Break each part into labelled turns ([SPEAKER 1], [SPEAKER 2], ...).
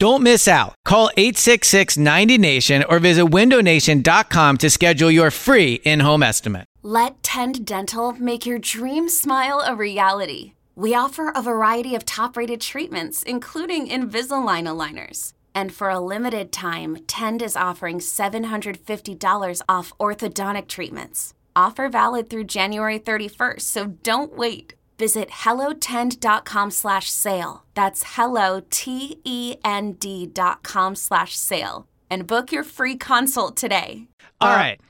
[SPEAKER 1] Don't miss out. Call 866-90Nation or visit windownation.com to schedule your free in-home estimate.
[SPEAKER 2] Let Tend Dental make your dream smile a reality. We offer a variety of top rated treatments, including Invisalign aligners. And for a limited time, Tend is offering $750 off orthodontic treatments. Offer valid through January 31st, so don't wait. Visit hellotend.com slash sale. That's E hello, T-E-N-D E dot com slash sale. And book your free consult today.
[SPEAKER 1] All
[SPEAKER 3] Uh,
[SPEAKER 1] right.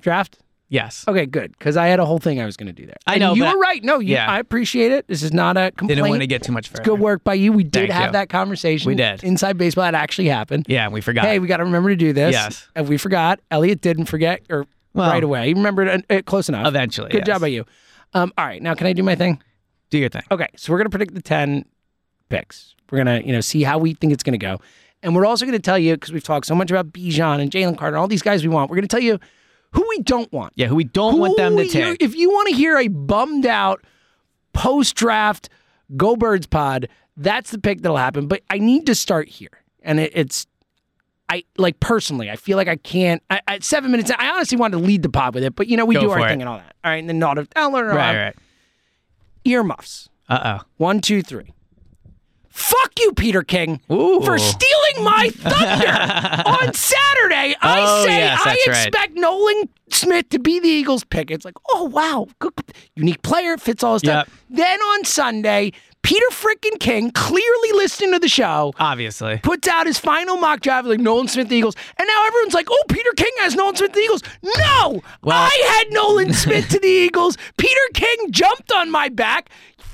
[SPEAKER 3] Draft?
[SPEAKER 1] Yes.
[SPEAKER 3] Okay, good. Because I had a whole thing I was going to do there.
[SPEAKER 1] I
[SPEAKER 3] And
[SPEAKER 1] know,
[SPEAKER 3] you
[SPEAKER 1] but
[SPEAKER 3] were right. No, you,
[SPEAKER 1] yeah.
[SPEAKER 3] I appreciate it. This is not a complaint.
[SPEAKER 1] Didn't want to get too much further.
[SPEAKER 3] It's good work by you. We did
[SPEAKER 1] Thank
[SPEAKER 3] have
[SPEAKER 1] you.
[SPEAKER 3] that conversation.
[SPEAKER 1] We did.
[SPEAKER 3] Inside baseball, that actually happened.
[SPEAKER 1] Yeah, we forgot.
[SPEAKER 3] Hey, we got to remember to do this.
[SPEAKER 1] Yes.
[SPEAKER 3] And we forgot. Elliot didn't forget or
[SPEAKER 1] Well,
[SPEAKER 3] right away. He remembered it, it close enough.
[SPEAKER 1] Eventually,
[SPEAKER 3] Good
[SPEAKER 1] yes.
[SPEAKER 3] job by you. Um, all right. Now, can I do my thing?
[SPEAKER 1] Do your thing.
[SPEAKER 3] Okay. So we're going to predict the 10 picks. We're going to, you know, see how we think it's going to go. And we're also going to tell you, because we've talked so much about Bijan and Jalen Carter, all these guys we want, we're going to tell you who we don't want.
[SPEAKER 1] Yeah, who we don't want them to
[SPEAKER 3] Who you-
[SPEAKER 1] take.
[SPEAKER 3] If you want to hear a bummed out post draft Go Birds pod, that's the pick that'll happen. But I need to start here, and it, it's I like personally, I feel like I can't. I, at seven minutes, I honestly wanted to lead the pod with it, but you know we
[SPEAKER 1] Go
[SPEAKER 3] do
[SPEAKER 1] for
[SPEAKER 3] our
[SPEAKER 1] it.
[SPEAKER 3] thing and all that. All right, and then not of I'll learn it all
[SPEAKER 1] Right,
[SPEAKER 3] out.
[SPEAKER 1] right.
[SPEAKER 3] earmuffs.
[SPEAKER 1] Uh oh.
[SPEAKER 3] One, two, three. Fuck you, Peter King,
[SPEAKER 1] Ooh.
[SPEAKER 3] for stealing my thunder on Saturday. I
[SPEAKER 1] Oh,
[SPEAKER 3] say
[SPEAKER 1] yes,
[SPEAKER 3] I
[SPEAKER 1] that's right.
[SPEAKER 3] expect Nolan Smith to be the Eagles' pick. It's like, oh wow, good, unique player fits all his stuff.
[SPEAKER 1] Yep.
[SPEAKER 3] Then on Sunday, Peter frickin' King, clearly listening to the show,
[SPEAKER 1] Obviously.
[SPEAKER 3] puts out his final mock draft like Nolan Smith the Eagles, and now everyone's like, "Oh, Peter King has Nolan Smith the Eagles." No,
[SPEAKER 1] Well-
[SPEAKER 3] I had Nolan Smith to the Eagles. Peter King jumped on my back.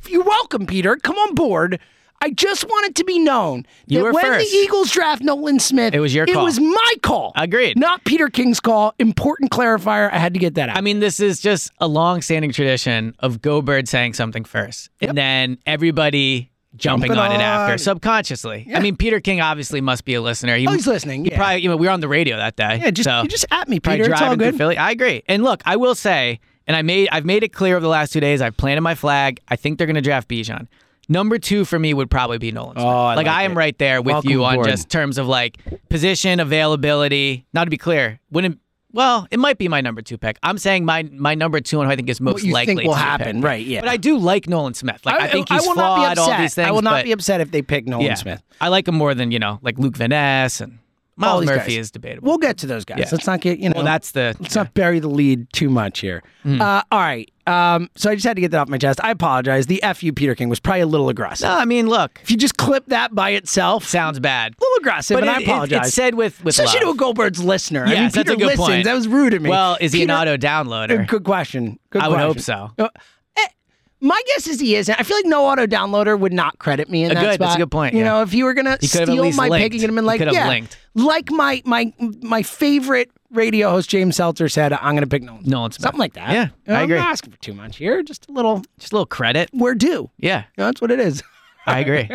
[SPEAKER 3] You're welcome, Peter. Come on board. I just want it to be known
[SPEAKER 1] You
[SPEAKER 3] that
[SPEAKER 1] were
[SPEAKER 3] when
[SPEAKER 1] first.
[SPEAKER 3] the Eagles draft Nolan Smith,
[SPEAKER 1] It was your
[SPEAKER 3] it
[SPEAKER 1] call.
[SPEAKER 3] was my call.
[SPEAKER 1] Agreed.
[SPEAKER 3] Not Peter King's call. Important clarifier. I had to get that out.
[SPEAKER 1] I mean, this is just a long-standing tradition of Go Bird saying something first, and then everybody jumping
[SPEAKER 3] Jumping
[SPEAKER 1] on, it after
[SPEAKER 3] on.
[SPEAKER 1] subconsciously. I mean, Peter King obviously must be a listener. He,
[SPEAKER 3] oh, he's listening.
[SPEAKER 1] he
[SPEAKER 3] Yeah.
[SPEAKER 1] probably, you know, we were on the radio that day.
[SPEAKER 3] yeah, just
[SPEAKER 1] so
[SPEAKER 3] you just at me,
[SPEAKER 1] probably
[SPEAKER 3] Peter. It's all
[SPEAKER 1] driving through
[SPEAKER 3] good.
[SPEAKER 1] Philly. I agree. And look, I will say, and I made, I've made it clear over the last two days. I've planted my flag. I think they're going to draft Bijan. Number two for me would probably be Nolan. Smith.
[SPEAKER 3] Oh, I
[SPEAKER 1] like
[SPEAKER 3] like
[SPEAKER 1] I am
[SPEAKER 3] it.
[SPEAKER 1] right there with
[SPEAKER 3] Welcome
[SPEAKER 1] you on
[SPEAKER 3] aboard.
[SPEAKER 1] just terms of like position availability. Now to be clear, wouldn't well, it might be my number two pick. I'm saying my my number two and who I think is most
[SPEAKER 3] What you
[SPEAKER 1] likely
[SPEAKER 3] think will
[SPEAKER 1] to be
[SPEAKER 3] happen,
[SPEAKER 1] picked.
[SPEAKER 3] right? Yeah.
[SPEAKER 1] But I do like Nolan Smith. Like I, think he's
[SPEAKER 3] I will
[SPEAKER 1] flawed.
[SPEAKER 3] not be upset.
[SPEAKER 1] All these things.
[SPEAKER 3] I will not
[SPEAKER 1] but,
[SPEAKER 3] be upset if they pick Nolan
[SPEAKER 1] yeah,
[SPEAKER 3] Smith.
[SPEAKER 1] I like him more than you know, like Luke Van Ness and Miles
[SPEAKER 3] All these
[SPEAKER 1] Murphy
[SPEAKER 3] guys.
[SPEAKER 1] is debatable.
[SPEAKER 3] We'll get to those guys.
[SPEAKER 1] Yeah.
[SPEAKER 3] Let's not get you know.
[SPEAKER 1] Well, that's the Mm.
[SPEAKER 3] let's not bury the lead too much here. Uh, all right. Um, so I just had to get that off my chest. I apologize. The fu Peter King was probably a little aggressive.
[SPEAKER 1] No, I mean, look,
[SPEAKER 3] If you just clip that by itself, a
[SPEAKER 1] sounds bad.
[SPEAKER 3] little aggressive,
[SPEAKER 1] But
[SPEAKER 3] and
[SPEAKER 1] it-
[SPEAKER 3] I
[SPEAKER 1] it-
[SPEAKER 3] apologize.
[SPEAKER 1] it's said with- with
[SPEAKER 3] especially
[SPEAKER 1] love.
[SPEAKER 3] to a Goldberg's listener. I
[SPEAKER 1] Yes,
[SPEAKER 3] mean,
[SPEAKER 1] that's
[SPEAKER 3] Peter
[SPEAKER 1] a good
[SPEAKER 3] listens.
[SPEAKER 1] point.
[SPEAKER 3] That was rude of me.
[SPEAKER 1] Well, is he
[SPEAKER 3] Peter-
[SPEAKER 1] an auto downloader?
[SPEAKER 3] Good question. Good
[SPEAKER 1] I would hope
[SPEAKER 3] question.
[SPEAKER 1] so.
[SPEAKER 3] Uh, eh, my guess is he isn't. I feel like no auto downloader would not credit me in
[SPEAKER 1] Uh,
[SPEAKER 3] that
[SPEAKER 1] good.
[SPEAKER 3] spot.
[SPEAKER 1] That's a good point,
[SPEAKER 3] You
[SPEAKER 1] yeah.
[SPEAKER 3] know, if you were gonna
[SPEAKER 1] He could have at
[SPEAKER 3] steal
[SPEAKER 1] least
[SPEAKER 3] my
[SPEAKER 1] linked.
[SPEAKER 3] pick and
[SPEAKER 1] He
[SPEAKER 3] been like,
[SPEAKER 1] could have
[SPEAKER 3] yeah,
[SPEAKER 1] linked.
[SPEAKER 3] like my my my favorite radio host James Seltzer said, I'm gonna pick Nolan.
[SPEAKER 1] Nolan Smith.
[SPEAKER 3] something like that.
[SPEAKER 1] Yeah,
[SPEAKER 3] You know,
[SPEAKER 1] I
[SPEAKER 3] I'm
[SPEAKER 1] agree.
[SPEAKER 3] not asking for too much here. Just a little.
[SPEAKER 1] Just a little credit.
[SPEAKER 3] We're due.
[SPEAKER 1] Yeah,
[SPEAKER 3] You know, that's what it is.
[SPEAKER 1] I agree.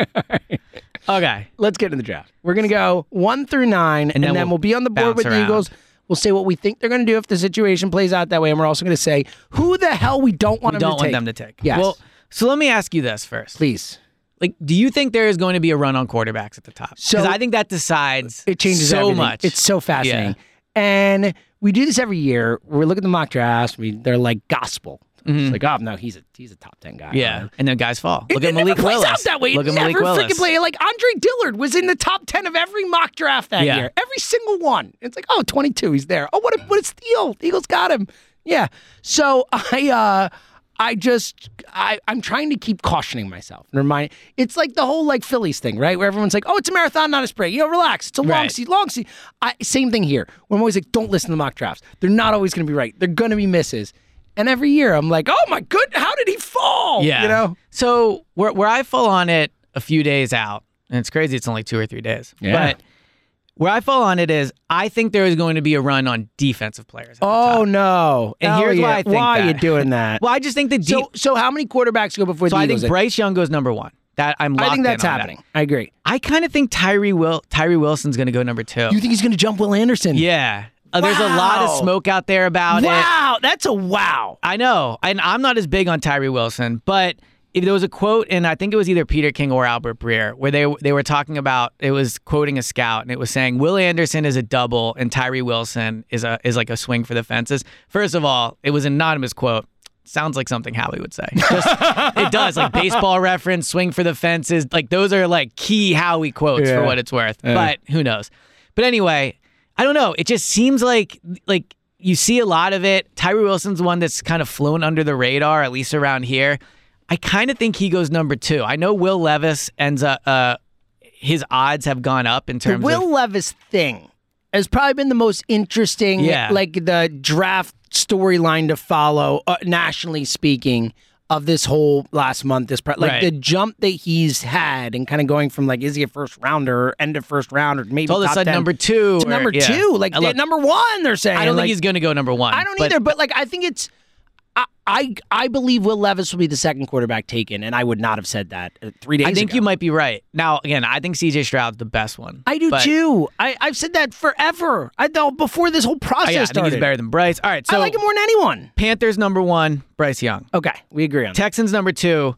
[SPEAKER 1] okay.
[SPEAKER 3] Let's get into the draft. We're gonna go one through nine, and,
[SPEAKER 1] then
[SPEAKER 3] then,
[SPEAKER 1] we'll
[SPEAKER 3] we'll, be on the board
[SPEAKER 1] bounce
[SPEAKER 3] with
[SPEAKER 1] around.
[SPEAKER 3] the Eagles. We'll say what we think they're gonna do if the situation plays out that way, and we're also gonna say who the hell we don't want
[SPEAKER 1] We
[SPEAKER 3] them
[SPEAKER 1] don't
[SPEAKER 3] to
[SPEAKER 1] want
[SPEAKER 3] take.
[SPEAKER 1] them to take.
[SPEAKER 3] Yes.
[SPEAKER 1] Well, so let me ask you this first.
[SPEAKER 3] Please.
[SPEAKER 1] Like, do you think there is going to be a run on quarterbacks at the top? Because
[SPEAKER 3] So-
[SPEAKER 1] I think that decides
[SPEAKER 3] It changes
[SPEAKER 1] so
[SPEAKER 3] everything.
[SPEAKER 1] much.
[SPEAKER 3] It's so fascinating. And we do this every year. We look at the mock drafts. We they're like gospel. It's like, oh no, he's a he's a top ten guy.
[SPEAKER 1] Mm-hmm. Yeah, and then guys fall.
[SPEAKER 3] It-
[SPEAKER 1] Look
[SPEAKER 3] it
[SPEAKER 1] at Malik
[SPEAKER 3] never plays
[SPEAKER 1] Willis.
[SPEAKER 3] out that way. It
[SPEAKER 1] Look at
[SPEAKER 3] never
[SPEAKER 1] Malik Willis.
[SPEAKER 3] freaking play. Like Andre Dillard was in the top ten of every mock draft that
[SPEAKER 1] Yeah.
[SPEAKER 3] year. Every single one. It's like, oh, 22, he's there. Oh, what a what a steal. The Eagles got him. Yeah. So I uh I just I, I'm trying to keep cautioning myself. and Remind it's like the whole like Phillies thing, right? Where everyone's like, oh, it's a marathon, not a sprint. You know, relax. It's a long
[SPEAKER 1] Right.
[SPEAKER 3] season long season. I, same thing here. Where I'm always like, don't listen to mock drafts. They're not always going to be right. They're going to be misses. And every year I'm like, oh my good, how did he fall?
[SPEAKER 1] Yeah.
[SPEAKER 3] You Oh, know.
[SPEAKER 1] So where where I fall on it a few days out, And it's crazy it's only two or three days.
[SPEAKER 3] Yeah.
[SPEAKER 1] But where I fall on it is I think there is going to be a run on defensive players. at the
[SPEAKER 3] Oh
[SPEAKER 1] top.
[SPEAKER 3] no!
[SPEAKER 1] And here's why I think
[SPEAKER 3] why are you
[SPEAKER 1] that.
[SPEAKER 3] doing that?
[SPEAKER 1] Well, I just think the deep.
[SPEAKER 3] so,
[SPEAKER 1] So,
[SPEAKER 3] so how many quarterbacks go before the
[SPEAKER 1] I
[SPEAKER 3] Eagles? eh?
[SPEAKER 1] think Bryce Young goes number one. That I'm locked
[SPEAKER 3] I think
[SPEAKER 1] in
[SPEAKER 3] that's
[SPEAKER 1] on that.
[SPEAKER 3] happening. I agree.
[SPEAKER 1] I kind of think Tyree will Tyree Wilson's going to go number two.
[SPEAKER 3] You think he's going to jump Will Anderson?
[SPEAKER 1] yeah. Uh, There's a lot
[SPEAKER 3] Wow.
[SPEAKER 1] of smoke out there about it.
[SPEAKER 3] Wow, that's a wow.
[SPEAKER 1] I know, and I'm not as big on Tyree Wilson, but if there was a quote, and I think it was either Peter King or Albert Breer, where they they were talking about it was quoting a scout, and it was saying Will Anderson is a double, and Tyree Wilson is a is like a swing for the fences. First of all, it was an anonymous quote. Sounds like something Howie would say. Just, it does, like baseball reference, swing for the fences. Like those are like key Howie quotes for
[SPEAKER 3] Yeah.
[SPEAKER 1] what it's worth. But who knows? But anyway, I don't know. It just seems like like you see a lot of it. Tyree Wilson's one that's kind of flown under the radar, at least around here. I kind of think he goes number two. I know Will Levis ends up. Uh, his odds have gone up in
[SPEAKER 3] The
[SPEAKER 1] terms
[SPEAKER 3] Will
[SPEAKER 1] of
[SPEAKER 3] Levis thing has probably been the most interesting,
[SPEAKER 1] Yeah.
[SPEAKER 3] like the draft storyline to follow, uh, nationally speaking, of this whole last month. This pre- like
[SPEAKER 1] Right.
[SPEAKER 3] the jump that he's had, and kind of going from like is he a first rounder, or end of first rounder, maybe
[SPEAKER 1] all of a
[SPEAKER 3] top
[SPEAKER 1] sudden
[SPEAKER 3] 10,
[SPEAKER 1] number two
[SPEAKER 3] to
[SPEAKER 1] or-
[SPEAKER 3] number
[SPEAKER 1] yeah.
[SPEAKER 3] two, like
[SPEAKER 1] I look-
[SPEAKER 3] number one. They're saying
[SPEAKER 1] I don't
[SPEAKER 3] like,
[SPEAKER 1] think he's going to go number one.
[SPEAKER 3] I don't
[SPEAKER 1] Um, but
[SPEAKER 3] either, but like I think it's I, I I believe Will Levis will be the second quarterback taken, and I would not have said that uh, three days.
[SPEAKER 1] I think
[SPEAKER 3] ago.
[SPEAKER 1] you might be right. Now, again, I think CJ Stroud's the best one.
[SPEAKER 3] I do
[SPEAKER 1] but-
[SPEAKER 3] too. I I've said that forever. I thought before this whole
[SPEAKER 1] Oh,
[SPEAKER 3] process
[SPEAKER 1] yeah, I think
[SPEAKER 3] started.
[SPEAKER 1] he's better than Bryce. All right, so
[SPEAKER 3] I like him more than anyone.
[SPEAKER 1] Panthers number one, Bryce Young.
[SPEAKER 3] Okay, we agree on that.
[SPEAKER 1] Texans number two.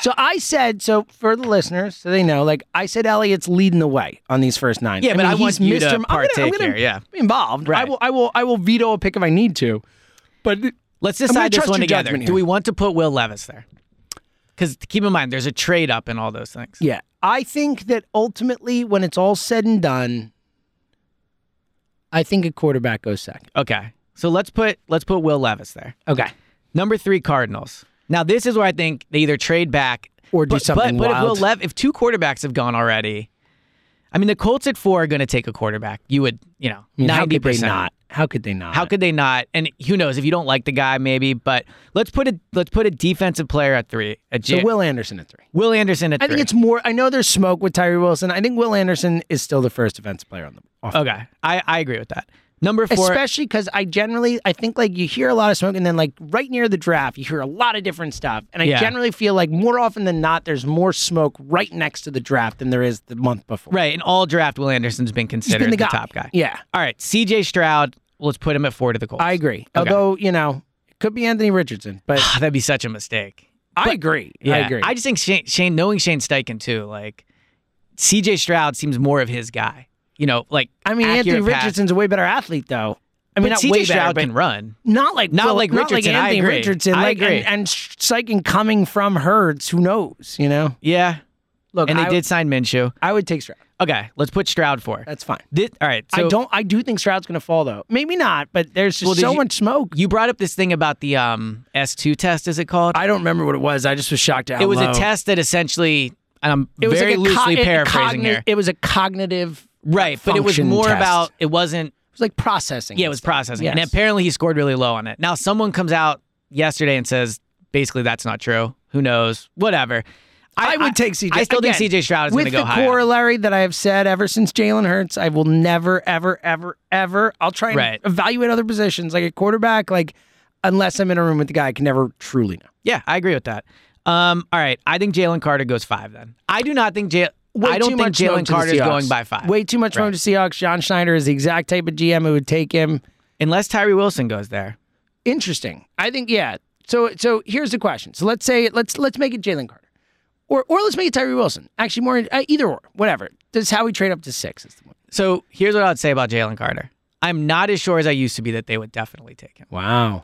[SPEAKER 3] So I said so for the listeners, so they know. Like I said, Elliott's leading the way on these first nine.
[SPEAKER 1] Yeah, but
[SPEAKER 3] mean,
[SPEAKER 1] I want
[SPEAKER 3] he's
[SPEAKER 1] you to
[SPEAKER 3] Mr. I'm gonna- I'm
[SPEAKER 1] partake
[SPEAKER 3] gonna
[SPEAKER 1] here, yeah.
[SPEAKER 3] be involved. I
[SPEAKER 1] Right.
[SPEAKER 3] will. I will. I will veto a pick if I need to. But
[SPEAKER 1] Let's
[SPEAKER 3] gonna
[SPEAKER 1] decide this
[SPEAKER 3] trust
[SPEAKER 1] one
[SPEAKER 3] your
[SPEAKER 1] together.
[SPEAKER 3] judgment
[SPEAKER 1] Do
[SPEAKER 3] here.
[SPEAKER 1] we want to put Will Levis there? Because keep in mind, there's a trade up in all those things.
[SPEAKER 3] Yeah. I think that ultimately, when it's all said and done, I think a quarterback goes second.
[SPEAKER 1] Okay, so let's put let's put Will Levis there.
[SPEAKER 3] Okay.
[SPEAKER 1] Number three, Cardinals. Now this is where I think they either trade back
[SPEAKER 3] Or do
[SPEAKER 1] but,
[SPEAKER 3] something
[SPEAKER 1] But, but
[SPEAKER 3] wild.
[SPEAKER 1] if Will Lev, if two quarterbacks have gone already, I mean the Colts at four are going to take a quarterback. You would, you know,
[SPEAKER 3] I mean, how
[SPEAKER 1] ninety
[SPEAKER 3] could they
[SPEAKER 1] percent.
[SPEAKER 3] not? How could they not?
[SPEAKER 1] How could they not? And who knows if you don't like the guy, maybe. But let's put a let's put a defensive player at three. At
[SPEAKER 3] so
[SPEAKER 1] J-
[SPEAKER 3] Will Anderson at three.
[SPEAKER 1] Will Anderson at
[SPEAKER 3] I
[SPEAKER 1] three.
[SPEAKER 3] think it's more. I know there's smoke with Tyree Wilson. I think Will Anderson is still the first defensive player on the off.
[SPEAKER 1] okay. I I agree with that. Number four.
[SPEAKER 3] Especially because I generally I think like you hear a lot of smoke and then like right near the draft you hear a lot of different stuff and I
[SPEAKER 1] Yeah.
[SPEAKER 3] generally feel like more often than not there's more smoke right next to the draft than there is the month before.
[SPEAKER 1] Right, in all draft, Will Anderson's been
[SPEAKER 3] He's
[SPEAKER 1] considered
[SPEAKER 3] been the, guy.
[SPEAKER 1] top guy.
[SPEAKER 3] Yeah,
[SPEAKER 1] All right, C.J. Stroud. Let's put him at four to the Colts.
[SPEAKER 3] I agree.
[SPEAKER 1] Okay.
[SPEAKER 3] Although you know it could be Anthony Richardson, but
[SPEAKER 1] Ah, That'd be such a mistake.
[SPEAKER 3] I agree.
[SPEAKER 1] Yeah,
[SPEAKER 3] I agree.
[SPEAKER 1] just think Shane, Shane, knowing Shane Steichen too, like C.J. Stroud seems more of his guy. You know, like
[SPEAKER 3] I mean,
[SPEAKER 1] accurate
[SPEAKER 3] Anthony
[SPEAKER 1] pass.
[SPEAKER 3] Richardson's a way better athlete, though. I
[SPEAKER 1] But
[SPEAKER 3] mean, not way
[SPEAKER 1] C.J. Stroud
[SPEAKER 3] better,
[SPEAKER 1] can
[SPEAKER 3] but
[SPEAKER 1] run.
[SPEAKER 3] not like
[SPEAKER 1] Not
[SPEAKER 3] well,
[SPEAKER 1] like
[SPEAKER 3] not
[SPEAKER 1] Richardson, I
[SPEAKER 3] Anthony
[SPEAKER 1] agree.
[SPEAKER 3] Richardson,
[SPEAKER 1] I
[SPEAKER 3] like,
[SPEAKER 1] agree.
[SPEAKER 3] and, and Sykin coming from Herds. Who knows? You know.
[SPEAKER 1] Yeah,
[SPEAKER 3] Look,
[SPEAKER 1] and they
[SPEAKER 3] I,
[SPEAKER 1] did sign Minshew.
[SPEAKER 3] I would take Stroud.
[SPEAKER 1] Okay, let's put Stroud for.
[SPEAKER 3] That's fine.
[SPEAKER 1] This, all right, so
[SPEAKER 3] I don't. I do think Stroud's going to fall though. Maybe not, but there's just
[SPEAKER 1] Well, did
[SPEAKER 3] so
[SPEAKER 1] you-
[SPEAKER 3] much smoke.
[SPEAKER 1] you brought up this thing about the um, S two test. Is it called?
[SPEAKER 3] I don't remember what it was. I just was shocked at how
[SPEAKER 1] it was
[SPEAKER 3] low.
[SPEAKER 1] a test that essentially, and I'm
[SPEAKER 3] It was
[SPEAKER 1] very
[SPEAKER 3] like a co-
[SPEAKER 1] loosely
[SPEAKER 3] it-
[SPEAKER 1] paraphrasing
[SPEAKER 3] cogni-
[SPEAKER 1] here.
[SPEAKER 3] It was a cognitive.
[SPEAKER 1] right, but it was
[SPEAKER 3] function
[SPEAKER 1] more
[SPEAKER 3] test.
[SPEAKER 1] about it wasn't
[SPEAKER 3] It was like processing.
[SPEAKER 1] Yeah, it
[SPEAKER 3] and
[SPEAKER 1] was
[SPEAKER 3] stuff.
[SPEAKER 1] processing. And
[SPEAKER 3] Yes.
[SPEAKER 1] apparently he scored really low on it. Now someone comes out yesterday and says basically that's not true. Who knows? Whatever.
[SPEAKER 3] I would take CJ.
[SPEAKER 1] I still
[SPEAKER 3] Again,
[SPEAKER 1] think CJ Stroud is going to
[SPEAKER 3] With
[SPEAKER 1] go
[SPEAKER 3] the
[SPEAKER 1] high.
[SPEAKER 3] corollary that I have said ever since Jalen Hurts, I will never, ever, ever, ever. I'll try and
[SPEAKER 1] Right.
[SPEAKER 3] evaluate other positions like a quarterback, like unless I'm in a room with the guy, I can never truly know.
[SPEAKER 1] yeah, I agree with that. Um, all right, I think Jalen Carter goes five. Then I do not think Jalen. I don't think
[SPEAKER 3] smoke
[SPEAKER 1] Jalen
[SPEAKER 3] to the
[SPEAKER 1] Carter is
[SPEAKER 3] Seahawks.
[SPEAKER 1] going by five
[SPEAKER 3] Way too much smoke to Seahawks. John Schneider is the exact type of GM who would take him.
[SPEAKER 1] unless Tyree Wilson goes there.
[SPEAKER 3] Interesting. I think yeah. So so here's the question. So let's say let's let's make it Jalen Carter, or or let's make it Tyree Wilson. Actually, more uh, either or whatever. This is how we trade up to six. Is the one.
[SPEAKER 1] So here's what I'd say about Jalen Carter. I'm not as sure as I used to be that they would definitely take him.
[SPEAKER 3] Wow.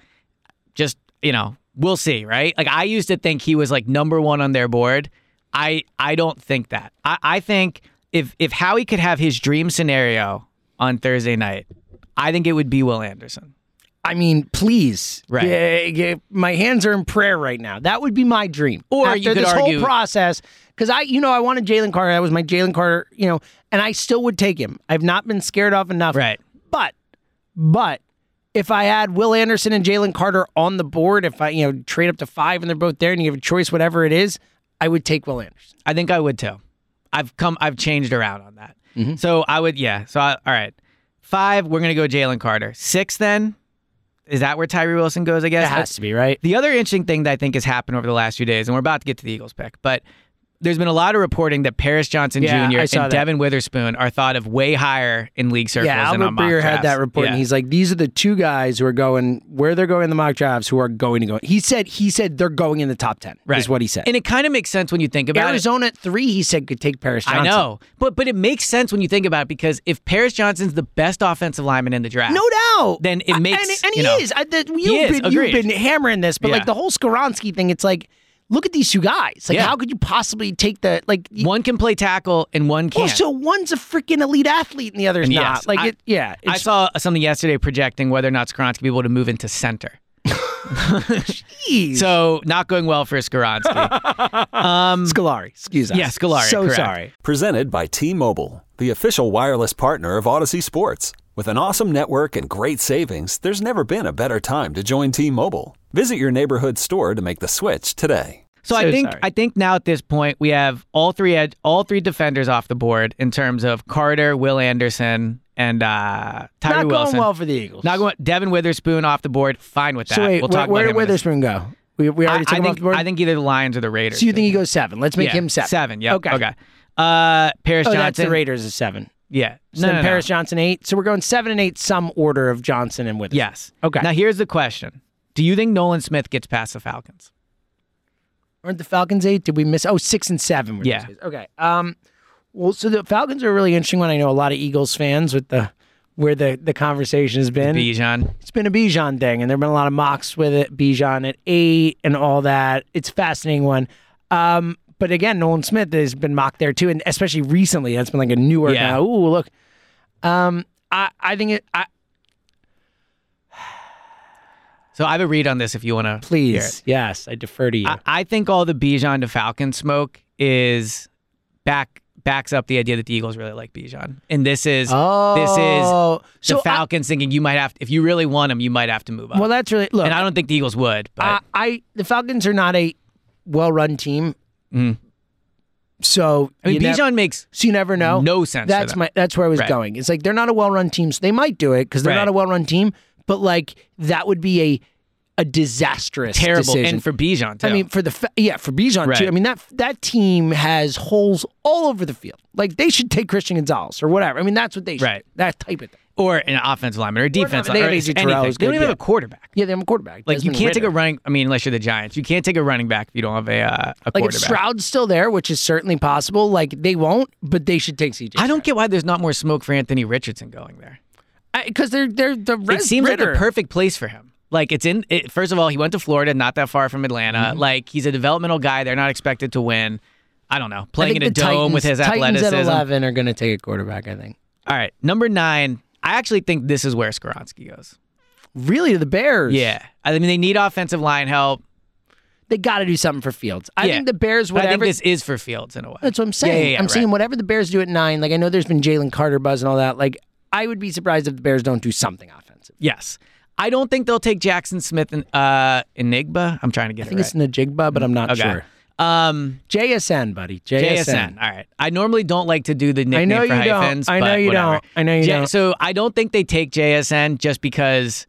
[SPEAKER 1] just you know we'll see right like i used to think he was like number one on their board i i don't think that i i think if if howie could have his dream scenario on thursday night i think it would be will anderson
[SPEAKER 3] I mean, please.
[SPEAKER 1] Right.
[SPEAKER 3] Yeah, yeah, my hands are in prayer right now. That would be my dream.
[SPEAKER 1] Or
[SPEAKER 3] After
[SPEAKER 1] you could
[SPEAKER 3] this
[SPEAKER 1] argue-
[SPEAKER 3] whole process, because I, you know, I wanted Jalen Carter. That was my Jalen Carter, you know, and I still would take him. I've not been scared off enough.
[SPEAKER 1] Right.
[SPEAKER 3] But, but if I had Will Anderson and Jalen Carter on the board, if I, you know, trade up to five and they're both there and you have a choice, whatever it is, I would take Will Anderson.
[SPEAKER 1] i think i would too I've come. I've changed around on that. So I would. Yeah. So I, all right. Five. We're gonna go Jalen Carter. Six. Then is that where Tyree Wilson goes? I guess
[SPEAKER 3] It has to be, right?
[SPEAKER 1] the other interesting thing that I think has happened over the last few days, and we're about to get to the Eagles pick, but there's been a lot of reporting that Paris Johnson
[SPEAKER 3] Yeah,
[SPEAKER 1] Jr.
[SPEAKER 3] I
[SPEAKER 1] and
[SPEAKER 3] saw that.
[SPEAKER 1] Devin Witherspoon are thought of way higher in league circles
[SPEAKER 3] Yeah,
[SPEAKER 1] than
[SPEAKER 3] Albert
[SPEAKER 1] on mock
[SPEAKER 3] Breer had
[SPEAKER 1] drafts.
[SPEAKER 3] that report,
[SPEAKER 1] Yeah.
[SPEAKER 3] and he's like, "These are the two guys who are going where they're going in the mock drafts, who are going to go." He said, "He said they're going in the top ten.
[SPEAKER 1] right.
[SPEAKER 3] Is what he said.
[SPEAKER 1] and it kind of makes sense when you think about it.
[SPEAKER 3] Arizona at three, he said could take Paris. Johnson.
[SPEAKER 1] I know, but but it makes sense when you think about it because if Paris Johnson's the best offensive lineman in the draft,
[SPEAKER 3] No doubt.
[SPEAKER 1] Then it
[SPEAKER 3] I-
[SPEAKER 1] makes-
[SPEAKER 3] and, and
[SPEAKER 1] you
[SPEAKER 3] he
[SPEAKER 1] know.
[SPEAKER 3] is. I, that you've,
[SPEAKER 1] is,
[SPEAKER 3] been, you've
[SPEAKER 1] agreed.
[SPEAKER 3] been hammering this, but
[SPEAKER 1] Yeah.
[SPEAKER 3] like the whole Skoronsky thing, it's like, look at these two guys. Like,
[SPEAKER 1] Yeah.
[SPEAKER 3] how could you possibly take the like? y-
[SPEAKER 1] one can play tackle and one can't.
[SPEAKER 3] also, one's a freaking elite athlete and the other's
[SPEAKER 1] And
[SPEAKER 3] not.
[SPEAKER 1] yes,
[SPEAKER 3] like,
[SPEAKER 1] I-
[SPEAKER 3] it, yeah,
[SPEAKER 1] I
[SPEAKER 3] it's
[SPEAKER 1] saw something yesterday projecting whether or not Skronsky will be able to move into center.
[SPEAKER 3] geez.
[SPEAKER 1] So not going well for Skoronsky.
[SPEAKER 3] Scolari. Excuse us.
[SPEAKER 1] Yeah, Scolari,
[SPEAKER 3] So
[SPEAKER 1] correct.
[SPEAKER 3] sorry.
[SPEAKER 4] Presented by T Mobile, the official wireless partner of Odyssey Sports. With an awesome network and great savings, there's never been a better time to join T Mobile. Visit your neighborhood store to make the switch today.
[SPEAKER 1] So, I
[SPEAKER 3] So
[SPEAKER 1] think
[SPEAKER 3] sorry.
[SPEAKER 1] I think now at this point we have all three edge, all three defenders off the board in terms of Carter, Will Anderson, and uh, Tyree
[SPEAKER 3] not
[SPEAKER 1] Wilson.
[SPEAKER 3] going well for the Eagles.
[SPEAKER 1] Not going. Devin Witherspoon off the board. Fine with that.
[SPEAKER 3] So wait,
[SPEAKER 1] we'll
[SPEAKER 3] where,
[SPEAKER 1] talk
[SPEAKER 3] where
[SPEAKER 1] about
[SPEAKER 3] did
[SPEAKER 1] him in a second.
[SPEAKER 3] Witherspoon go? We, we already
[SPEAKER 1] I,
[SPEAKER 3] took
[SPEAKER 1] I
[SPEAKER 3] him
[SPEAKER 1] think
[SPEAKER 3] off the board.
[SPEAKER 1] I think either the Lions or the Raiders.
[SPEAKER 3] so you think he goes seven? Let's make
[SPEAKER 1] Yeah,
[SPEAKER 3] him seven.
[SPEAKER 1] Seven. Yeah.
[SPEAKER 3] Okay.
[SPEAKER 1] Okay. Okay. Uh, Paris
[SPEAKER 3] Oh,
[SPEAKER 1] Johnson.
[SPEAKER 3] that's the Raiders is seven.
[SPEAKER 1] Yeah.
[SPEAKER 3] So then Paris Johnson eight. So we're going seven and eight, some order of Johnson and Witherspoon.
[SPEAKER 1] Yes.
[SPEAKER 3] Okay.
[SPEAKER 1] Now here's the question: Do you think Nolan Smith gets past the Falcons?
[SPEAKER 3] Aren't the Falcons eight? Did we miss? Oh, six and seven. were
[SPEAKER 1] Yeah.
[SPEAKER 3] those days. Okay. Um. Well, so the Falcons are a really interesting one. I know a lot of Eagles fans with the where the the conversation has been.
[SPEAKER 1] Bijan.
[SPEAKER 3] it's been a Bijan thing, and there've been a lot of mocks with it. Bijan at eight and all that. It's a fascinating one. Um. But again, Nolan Smith has been mocked there too, and especially recently, that's been like a newer
[SPEAKER 1] Yeah.
[SPEAKER 3] now. Ooh, look. Um. I I think it. I
[SPEAKER 1] So I have a read on this if you want to.
[SPEAKER 3] please. Yes, I defer to you.
[SPEAKER 1] I, I think all the Bijan to Falcon smoke is back backs up the idea that the Eagles really like Bijan, and this is this is
[SPEAKER 3] Oh,
[SPEAKER 1] the
[SPEAKER 3] so I-
[SPEAKER 1] Falcons thinking you might have if you really want him, you might have to move up.
[SPEAKER 3] well, that's really look.
[SPEAKER 1] and I don't think the Eagles would, but
[SPEAKER 3] I, I the Falcons are not a well-run team. So
[SPEAKER 1] Mm. I mean
[SPEAKER 3] you nev-
[SPEAKER 1] Bijan makes
[SPEAKER 3] so you never know.
[SPEAKER 1] no sense for
[SPEAKER 3] That's
[SPEAKER 1] them.
[SPEAKER 3] my. That's where I was
[SPEAKER 1] Right.
[SPEAKER 3] going. It's like they're not a well-run team, so they might do it because they're
[SPEAKER 1] Right.
[SPEAKER 3] not a well-run team. But like that would be a a disastrous,
[SPEAKER 1] terrible,
[SPEAKER 3] decision.
[SPEAKER 1] and for Bijan too.
[SPEAKER 3] I mean, for the fa- yeah, for Bijan
[SPEAKER 1] Right.
[SPEAKER 3] too. I mean that that team has holes all over the field. Like they should take Christian Gonzalez or whatever. I mean that's what they should.
[SPEAKER 1] Right.
[SPEAKER 3] That type of thing.
[SPEAKER 1] or an offensive lineman or a defense
[SPEAKER 3] they-
[SPEAKER 1] lineman, or
[SPEAKER 3] they do
[SPEAKER 1] anything.
[SPEAKER 3] Terrell is
[SPEAKER 1] They don't
[SPEAKER 3] good,
[SPEAKER 1] even have
[SPEAKER 3] yeah.
[SPEAKER 1] a quarterback.
[SPEAKER 3] Yeah, they have a quarterback.
[SPEAKER 1] Like you
[SPEAKER 3] Desmond
[SPEAKER 1] can't take a
[SPEAKER 3] Ridder.
[SPEAKER 1] running. I mean, unless you're the Giants, you can't take a running back if you don't have a uh, a
[SPEAKER 3] Like if
[SPEAKER 1] quarterback.
[SPEAKER 3] Stroud's still there, which is certainly possible, like they won't, but they should take CJ.
[SPEAKER 1] I don't get why there's not more smoke for Anthony Richardson going there.
[SPEAKER 3] because they're they're the
[SPEAKER 1] it seems like
[SPEAKER 3] Ritter.
[SPEAKER 1] the perfect place for him. Like it's in. It, first of all, he went to Florida, not that far from Atlanta.
[SPEAKER 3] Mm-hmm.
[SPEAKER 1] Like he's a developmental guy. They're not expected to win. I don't know.
[SPEAKER 3] I
[SPEAKER 1] Playing
[SPEAKER 3] think
[SPEAKER 1] in a
[SPEAKER 3] the
[SPEAKER 1] dome
[SPEAKER 3] Titans,
[SPEAKER 1] with his
[SPEAKER 3] Titans
[SPEAKER 1] athleticism.
[SPEAKER 3] at eleven are going to take a quarterback. I think
[SPEAKER 1] All right, number nine. I actually think this is where Skoronsky goes.
[SPEAKER 3] really to the Bears.
[SPEAKER 1] Yeah, I mean they need offensive line help.
[SPEAKER 3] they got to do something for Fields. I
[SPEAKER 1] Yeah.
[SPEAKER 3] think the Bears
[SPEAKER 1] But I think
[SPEAKER 3] whatever.
[SPEAKER 1] this is for Fields in a way.
[SPEAKER 3] that's what I'm
[SPEAKER 1] Yeah,
[SPEAKER 3] saying.
[SPEAKER 1] yeah, yeah,
[SPEAKER 3] I'm
[SPEAKER 1] right.
[SPEAKER 3] saying whatever the Bears do at nine. Like I know there's been Jalen Carter buzz and all that. Like I would be surprised if the Bears don't do something offensive.
[SPEAKER 1] Yes, I don't think they'll take Jackson Smith and uh, Enigba. I'm trying to get
[SPEAKER 3] I think
[SPEAKER 1] it
[SPEAKER 3] it's Najigba, but I'm not
[SPEAKER 1] right.
[SPEAKER 3] sure.
[SPEAKER 1] Um,
[SPEAKER 3] JSN, buddy. JSN.
[SPEAKER 1] JSN. All right. I normally don't like to do the nickname
[SPEAKER 3] I know
[SPEAKER 1] for
[SPEAKER 3] you don't.
[SPEAKER 1] hyphens.
[SPEAKER 3] I
[SPEAKER 1] but
[SPEAKER 3] know you
[SPEAKER 1] whatever.
[SPEAKER 3] don't. I know you
[SPEAKER 1] J-
[SPEAKER 3] don't.
[SPEAKER 1] So I don't think they take JSN just because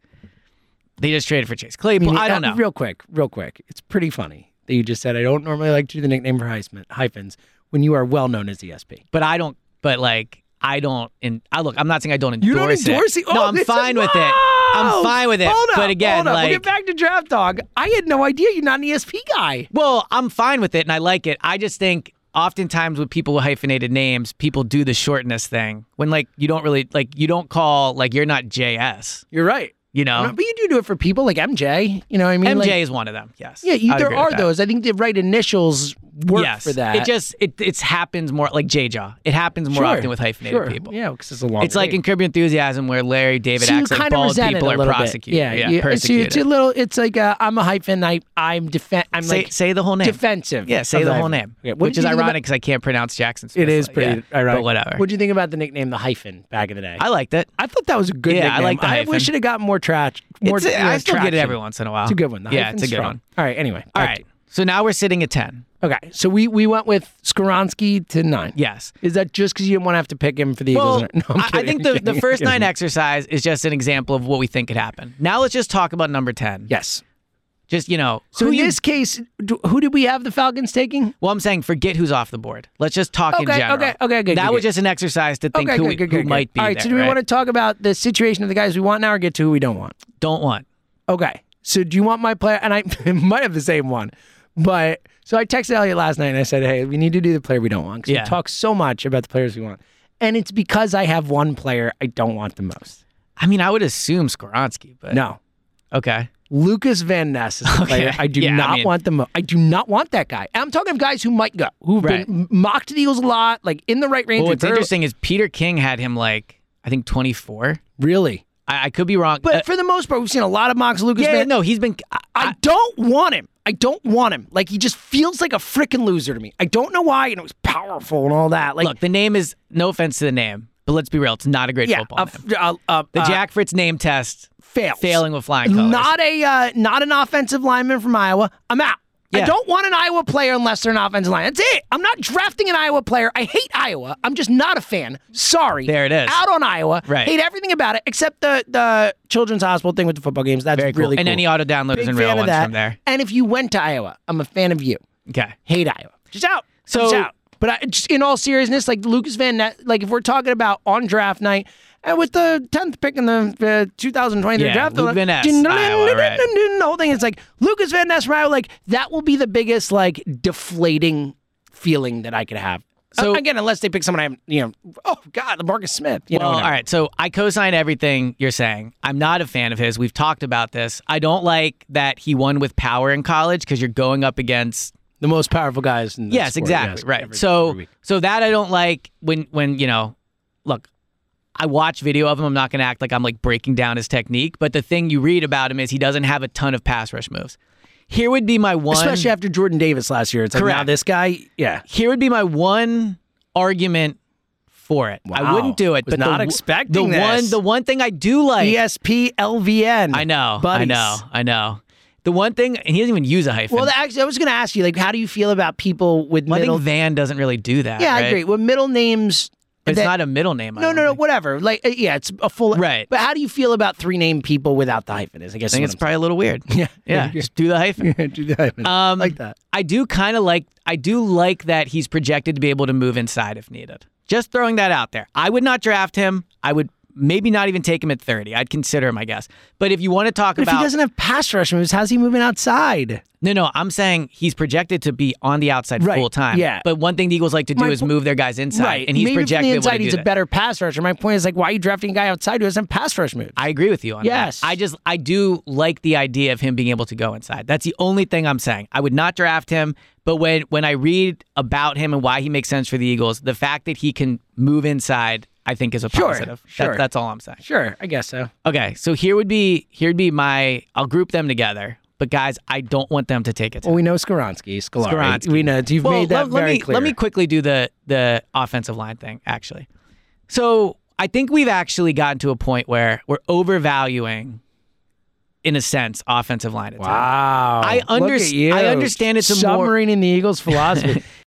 [SPEAKER 1] they just traded for Chase Claypool. I,
[SPEAKER 3] mean,
[SPEAKER 1] don't
[SPEAKER 3] uh,
[SPEAKER 1] know.
[SPEAKER 3] Real quick, real quick. It's pretty funny that you just said I don't normally like to do the nickname for hyphen- hyphens when you are well known as E the SP.
[SPEAKER 1] but I don't. But like I don't. And I look. I'm not saying I don't endorse
[SPEAKER 3] You don't endorse
[SPEAKER 1] it.
[SPEAKER 3] it. Oh,
[SPEAKER 1] no, I'm
[SPEAKER 3] this is-
[SPEAKER 1] fine with it. I'm
[SPEAKER 3] Whoa!
[SPEAKER 1] fine with it.
[SPEAKER 3] Hold up,
[SPEAKER 1] but again,
[SPEAKER 3] hold up.
[SPEAKER 1] like.
[SPEAKER 3] we'll get back to draft dog. I had no idea you're not an ESP guy.
[SPEAKER 1] Well, I'm fine with it and I like it. I just think oftentimes with people with hyphenated names, people do the shortness thing when like you don't really like you don't call like you're not JS,
[SPEAKER 3] You're right.
[SPEAKER 1] you know?
[SPEAKER 3] but you do do it for people like MJ. You know what I mean?
[SPEAKER 1] MJ
[SPEAKER 3] Like,
[SPEAKER 1] is one of them. Yes.
[SPEAKER 3] yeah, you,
[SPEAKER 1] I'd
[SPEAKER 3] there
[SPEAKER 1] agree with
[SPEAKER 3] are
[SPEAKER 1] that.
[SPEAKER 3] those. I think the right initials work
[SPEAKER 1] yes.
[SPEAKER 3] for that.
[SPEAKER 1] It just it it's happens more like J Jaw. It happens more
[SPEAKER 3] Sure,
[SPEAKER 1] often with hyphenated
[SPEAKER 3] sure.
[SPEAKER 1] people.
[SPEAKER 3] Yeah, because it's a long.
[SPEAKER 1] It's like in Curb Your Enthusiasm where Larry David
[SPEAKER 3] so you
[SPEAKER 1] acts like
[SPEAKER 3] kind of
[SPEAKER 1] bald
[SPEAKER 3] resent it a
[SPEAKER 1] people are
[SPEAKER 3] little bit.
[SPEAKER 1] prosecuted.
[SPEAKER 3] Yeah, you- so
[SPEAKER 1] persecuted.
[SPEAKER 3] it's a little. It's like i I'm a hyphen. I I'm defend. I'm
[SPEAKER 1] say,
[SPEAKER 3] like
[SPEAKER 1] say the whole name.
[SPEAKER 3] defensive.
[SPEAKER 1] yeah, say
[SPEAKER 3] of
[SPEAKER 1] the whole
[SPEAKER 3] hyphen.
[SPEAKER 1] name.
[SPEAKER 3] Okay, what
[SPEAKER 1] Which
[SPEAKER 3] did
[SPEAKER 1] is
[SPEAKER 3] you think about-
[SPEAKER 1] ironic because I can't pronounce Jackson Smith.
[SPEAKER 3] It is
[SPEAKER 1] like,
[SPEAKER 3] pretty
[SPEAKER 1] yeah.
[SPEAKER 3] ironic.
[SPEAKER 1] But whatever.
[SPEAKER 3] What do you think about the nickname the hyphen back in the day?
[SPEAKER 1] I liked it.
[SPEAKER 3] I thought that was a good.
[SPEAKER 1] Yeah, I
[SPEAKER 3] nickname.
[SPEAKER 1] like the
[SPEAKER 3] I
[SPEAKER 1] hyphen.
[SPEAKER 3] wish it had gotten more trash. More.
[SPEAKER 1] It's a-
[SPEAKER 3] you know,
[SPEAKER 1] I still get
[SPEAKER 3] traction.
[SPEAKER 1] it every once in a while.
[SPEAKER 3] It's a good one. The
[SPEAKER 1] yeah, it's a
[SPEAKER 3] hyphen's
[SPEAKER 1] good
[SPEAKER 3] strong.
[SPEAKER 1] one.
[SPEAKER 3] All right. Anyway.
[SPEAKER 1] All
[SPEAKER 3] back
[SPEAKER 1] right.
[SPEAKER 3] to-
[SPEAKER 1] So now we're sitting at 10.
[SPEAKER 3] Okay, so we we went with Skaronski to nine.
[SPEAKER 1] Yes.
[SPEAKER 3] Is that just because you didn't want to have to pick him for the
[SPEAKER 1] Well,
[SPEAKER 3] Eagles? No, I'm
[SPEAKER 1] I- I
[SPEAKER 3] kidding,
[SPEAKER 1] think the,
[SPEAKER 3] I'm
[SPEAKER 1] the
[SPEAKER 3] kidding,
[SPEAKER 1] first
[SPEAKER 3] I'm
[SPEAKER 1] nine
[SPEAKER 3] kidding.
[SPEAKER 1] exercise is just an example of what we think could happen. Now let's just talk about number 10.
[SPEAKER 3] Yes.
[SPEAKER 1] Just, you know,
[SPEAKER 3] So
[SPEAKER 1] who
[SPEAKER 3] in
[SPEAKER 1] you-
[SPEAKER 3] this case, do, who did we have the Falcons taking?
[SPEAKER 1] well, I'm saying forget who's off the board. Let's just talk in
[SPEAKER 3] Okay,
[SPEAKER 1] general.
[SPEAKER 3] okay, okay, good,
[SPEAKER 1] That
[SPEAKER 3] good,
[SPEAKER 1] was
[SPEAKER 3] good.
[SPEAKER 1] just an exercise to think
[SPEAKER 3] okay,
[SPEAKER 1] who,
[SPEAKER 3] good,
[SPEAKER 1] we-
[SPEAKER 3] good,
[SPEAKER 1] who
[SPEAKER 3] good, good.
[SPEAKER 1] might be
[SPEAKER 3] All right,
[SPEAKER 1] there.
[SPEAKER 3] so do we
[SPEAKER 1] right?
[SPEAKER 3] want to talk about the situation of the guys we want now, or get to who we don't want?
[SPEAKER 1] Don't want.
[SPEAKER 3] Okay. So do you want my player? And I might have the same one, but so I texted Elliot last night and I said, "Hey, we need to do the player we don't want because
[SPEAKER 1] Yeah.
[SPEAKER 3] we talk so much about the players we want, and it's because I have one player I don't want the most.
[SPEAKER 1] I mean, I would assume Skoronsky, but
[SPEAKER 3] No,
[SPEAKER 1] Okay.
[SPEAKER 3] Lucas Van Ness is the
[SPEAKER 1] Okay.
[SPEAKER 3] player I do
[SPEAKER 1] Yeah, I
[SPEAKER 3] not
[SPEAKER 1] mean-
[SPEAKER 3] want the most. I do not want that guy. And I'm talking of guys who might go, who've
[SPEAKER 1] Right.
[SPEAKER 3] been mocked to the Eagles a lot, like in the right range.
[SPEAKER 1] Well,
[SPEAKER 3] with
[SPEAKER 1] what's
[SPEAKER 3] very-
[SPEAKER 1] interesting is Peter King had him like I think 24.
[SPEAKER 3] really,
[SPEAKER 1] I, I could be wrong,
[SPEAKER 3] but
[SPEAKER 1] Uh,
[SPEAKER 3] for the most part, we've seen a lot of mocks. of Lucas
[SPEAKER 1] yeah,
[SPEAKER 3] Van
[SPEAKER 1] no, he's been. I,
[SPEAKER 3] I, don't want him. I don't want him. Like he just feels like a freaking loser to me. I don't know why, and it was powerful and all that. Like
[SPEAKER 1] look, the name is no offense to the name, but let's be real, it's not a great
[SPEAKER 3] yeah,
[SPEAKER 1] football
[SPEAKER 3] a,
[SPEAKER 1] name.
[SPEAKER 3] f- a- a-
[SPEAKER 1] The
[SPEAKER 3] a-
[SPEAKER 1] Jack Fritz name test
[SPEAKER 3] uh, fails.
[SPEAKER 1] failing with flying colors.
[SPEAKER 3] Not a uh, not an offensive lineman from Iowa. I'm out.
[SPEAKER 1] Yeah.
[SPEAKER 3] I don't want an Iowa player unless they're an offensive line. That's it. I'm not drafting an Iowa player. I hate Iowa. I'm just not a fan. Sorry.
[SPEAKER 1] There it is.
[SPEAKER 3] Out on Iowa.
[SPEAKER 1] Right.
[SPEAKER 3] Hate everything about it except the the children's hospital thing with the football games. That's
[SPEAKER 1] Very cool.
[SPEAKER 3] really
[SPEAKER 1] And
[SPEAKER 3] cool.
[SPEAKER 1] any auto downloaders
[SPEAKER 3] Big
[SPEAKER 1] and real
[SPEAKER 3] fan of
[SPEAKER 1] ones
[SPEAKER 3] that.
[SPEAKER 1] from there.
[SPEAKER 3] And if you went to Iowa, I'm a fan of you.
[SPEAKER 1] Okay.
[SPEAKER 3] hate Iowa. Just out.
[SPEAKER 1] So-
[SPEAKER 3] just out. But I, just in all seriousness, like Lucas Van Ness, like if we're talking about on draft night and with the tenth pick in the uh, 2023
[SPEAKER 1] Yeah,
[SPEAKER 3] draft,
[SPEAKER 1] Luke
[SPEAKER 3] like,
[SPEAKER 1] Van Ness,
[SPEAKER 3] dun- dun-
[SPEAKER 1] Iowa,
[SPEAKER 3] dun-
[SPEAKER 1] right.
[SPEAKER 3] dun- dun- the whole thing is like Lucas Van Ness from Iowa. Like that will be the biggest like deflating feeling that I could have.
[SPEAKER 1] So-
[SPEAKER 3] So again, unless they pick someone I have, you know, oh God, Lamarcus Smith. You
[SPEAKER 1] Well,
[SPEAKER 3] know, whatever.
[SPEAKER 1] all right. So I co-sign everything you're saying. I'm not a fan of his. We've talked about this. I don't like that he won with power in college because you're going up against
[SPEAKER 3] the most powerful guys. In the
[SPEAKER 1] yes,
[SPEAKER 3] sport,
[SPEAKER 1] exactly.
[SPEAKER 3] yes,
[SPEAKER 1] right.
[SPEAKER 3] every-
[SPEAKER 1] so
[SPEAKER 3] every week.
[SPEAKER 1] so that I don't like when when you know, look, I watch video of him. I'm not going to act like I'm like breaking down his technique, but the thing you read about him is he doesn't have a ton of pass rush moves. Here would be my one
[SPEAKER 3] especially after Jordan Davis last year, it's like now
[SPEAKER 1] Correct.
[SPEAKER 3] this guy, yeah.
[SPEAKER 1] here would be my one argument for it. I
[SPEAKER 3] Wow.
[SPEAKER 1] wouldn't do it,
[SPEAKER 3] Was
[SPEAKER 1] but
[SPEAKER 3] not
[SPEAKER 1] the,
[SPEAKER 3] expecting
[SPEAKER 1] the
[SPEAKER 3] this.
[SPEAKER 1] one the one thing I do like
[SPEAKER 3] ESP LVN.
[SPEAKER 1] I know. I
[SPEAKER 3] buddies.
[SPEAKER 1] know. I know. The one thing, and he doesn't even use a hyphen.
[SPEAKER 3] Well, actually, I was going to ask you, like, how do you feel about people with
[SPEAKER 1] Well, I
[SPEAKER 3] middle?
[SPEAKER 1] think Van doesn't really do that.
[SPEAKER 3] yeah, I
[SPEAKER 1] right?
[SPEAKER 3] agree. With middle names,
[SPEAKER 1] But it's
[SPEAKER 3] that-
[SPEAKER 1] not a middle name. I
[SPEAKER 3] No,
[SPEAKER 1] don't
[SPEAKER 3] no, no.
[SPEAKER 1] think.
[SPEAKER 3] Whatever. Like, uh, yeah, it's a full.
[SPEAKER 1] Right.
[SPEAKER 3] But how do you feel about three name people without the hyphen? Is I guess
[SPEAKER 1] I think
[SPEAKER 3] what
[SPEAKER 1] it's probably a little weird. Yeah, yeah. Just do the hyphen.
[SPEAKER 3] I'm- do the hyphen.
[SPEAKER 1] Um,
[SPEAKER 3] like that.
[SPEAKER 1] I do kind of like. I do like that he's projected to be able to move inside if needed. Just throwing that out there. I would not draft him. I would maybe not even take him at thirty. I'd consider him, I guess. But if you want to talk
[SPEAKER 3] But if
[SPEAKER 1] about
[SPEAKER 3] he doesn't have pass rush moves, how's he moving outside?
[SPEAKER 1] No, no, I'm saying he's projected to be on the outside
[SPEAKER 3] Right,
[SPEAKER 1] full time.
[SPEAKER 3] yeah.
[SPEAKER 1] But one thing the Eagles like to do
[SPEAKER 3] My
[SPEAKER 1] is
[SPEAKER 3] po-
[SPEAKER 1] move their guys inside, and he's
[SPEAKER 3] Maybe
[SPEAKER 1] projected
[SPEAKER 3] from the
[SPEAKER 1] able
[SPEAKER 3] inside,
[SPEAKER 1] to do
[SPEAKER 3] he's a
[SPEAKER 1] that.
[SPEAKER 3] better pass rusher. My point is, like, why are you drafting a guy outside who doesn't have pass rush moves?
[SPEAKER 1] I agree with you on
[SPEAKER 3] Yes.
[SPEAKER 1] that. I just I do like the idea of him being able to go inside. That's the only thing I'm saying. I would not draft him, but when when I read about him and why he makes sense for the Eagles, the fact that he can move inside, I think is a
[SPEAKER 3] Sure,
[SPEAKER 1] positive. That-
[SPEAKER 3] sure.
[SPEAKER 1] that's all I'm saying.
[SPEAKER 3] sure, I guess so.
[SPEAKER 1] Okay, so here would be here'd be my I'll group them together, but guys, I don't want them to take it.
[SPEAKER 3] Well, we know Skaronski, Skolari.
[SPEAKER 1] Skoronski.
[SPEAKER 3] We know you've
[SPEAKER 1] well,
[SPEAKER 3] made that
[SPEAKER 1] let, let
[SPEAKER 3] very
[SPEAKER 1] me
[SPEAKER 3] clear.
[SPEAKER 1] let me quickly do the the offensive line thing actually. So I think we've actually gotten to a point where we're overvaluing, in a sense, offensive line. Attack.
[SPEAKER 3] Wow.
[SPEAKER 1] I
[SPEAKER 3] Look at
[SPEAKER 1] underst-
[SPEAKER 3] you.
[SPEAKER 1] I understand it's a more-
[SPEAKER 3] submarine in the Eagles philosophy.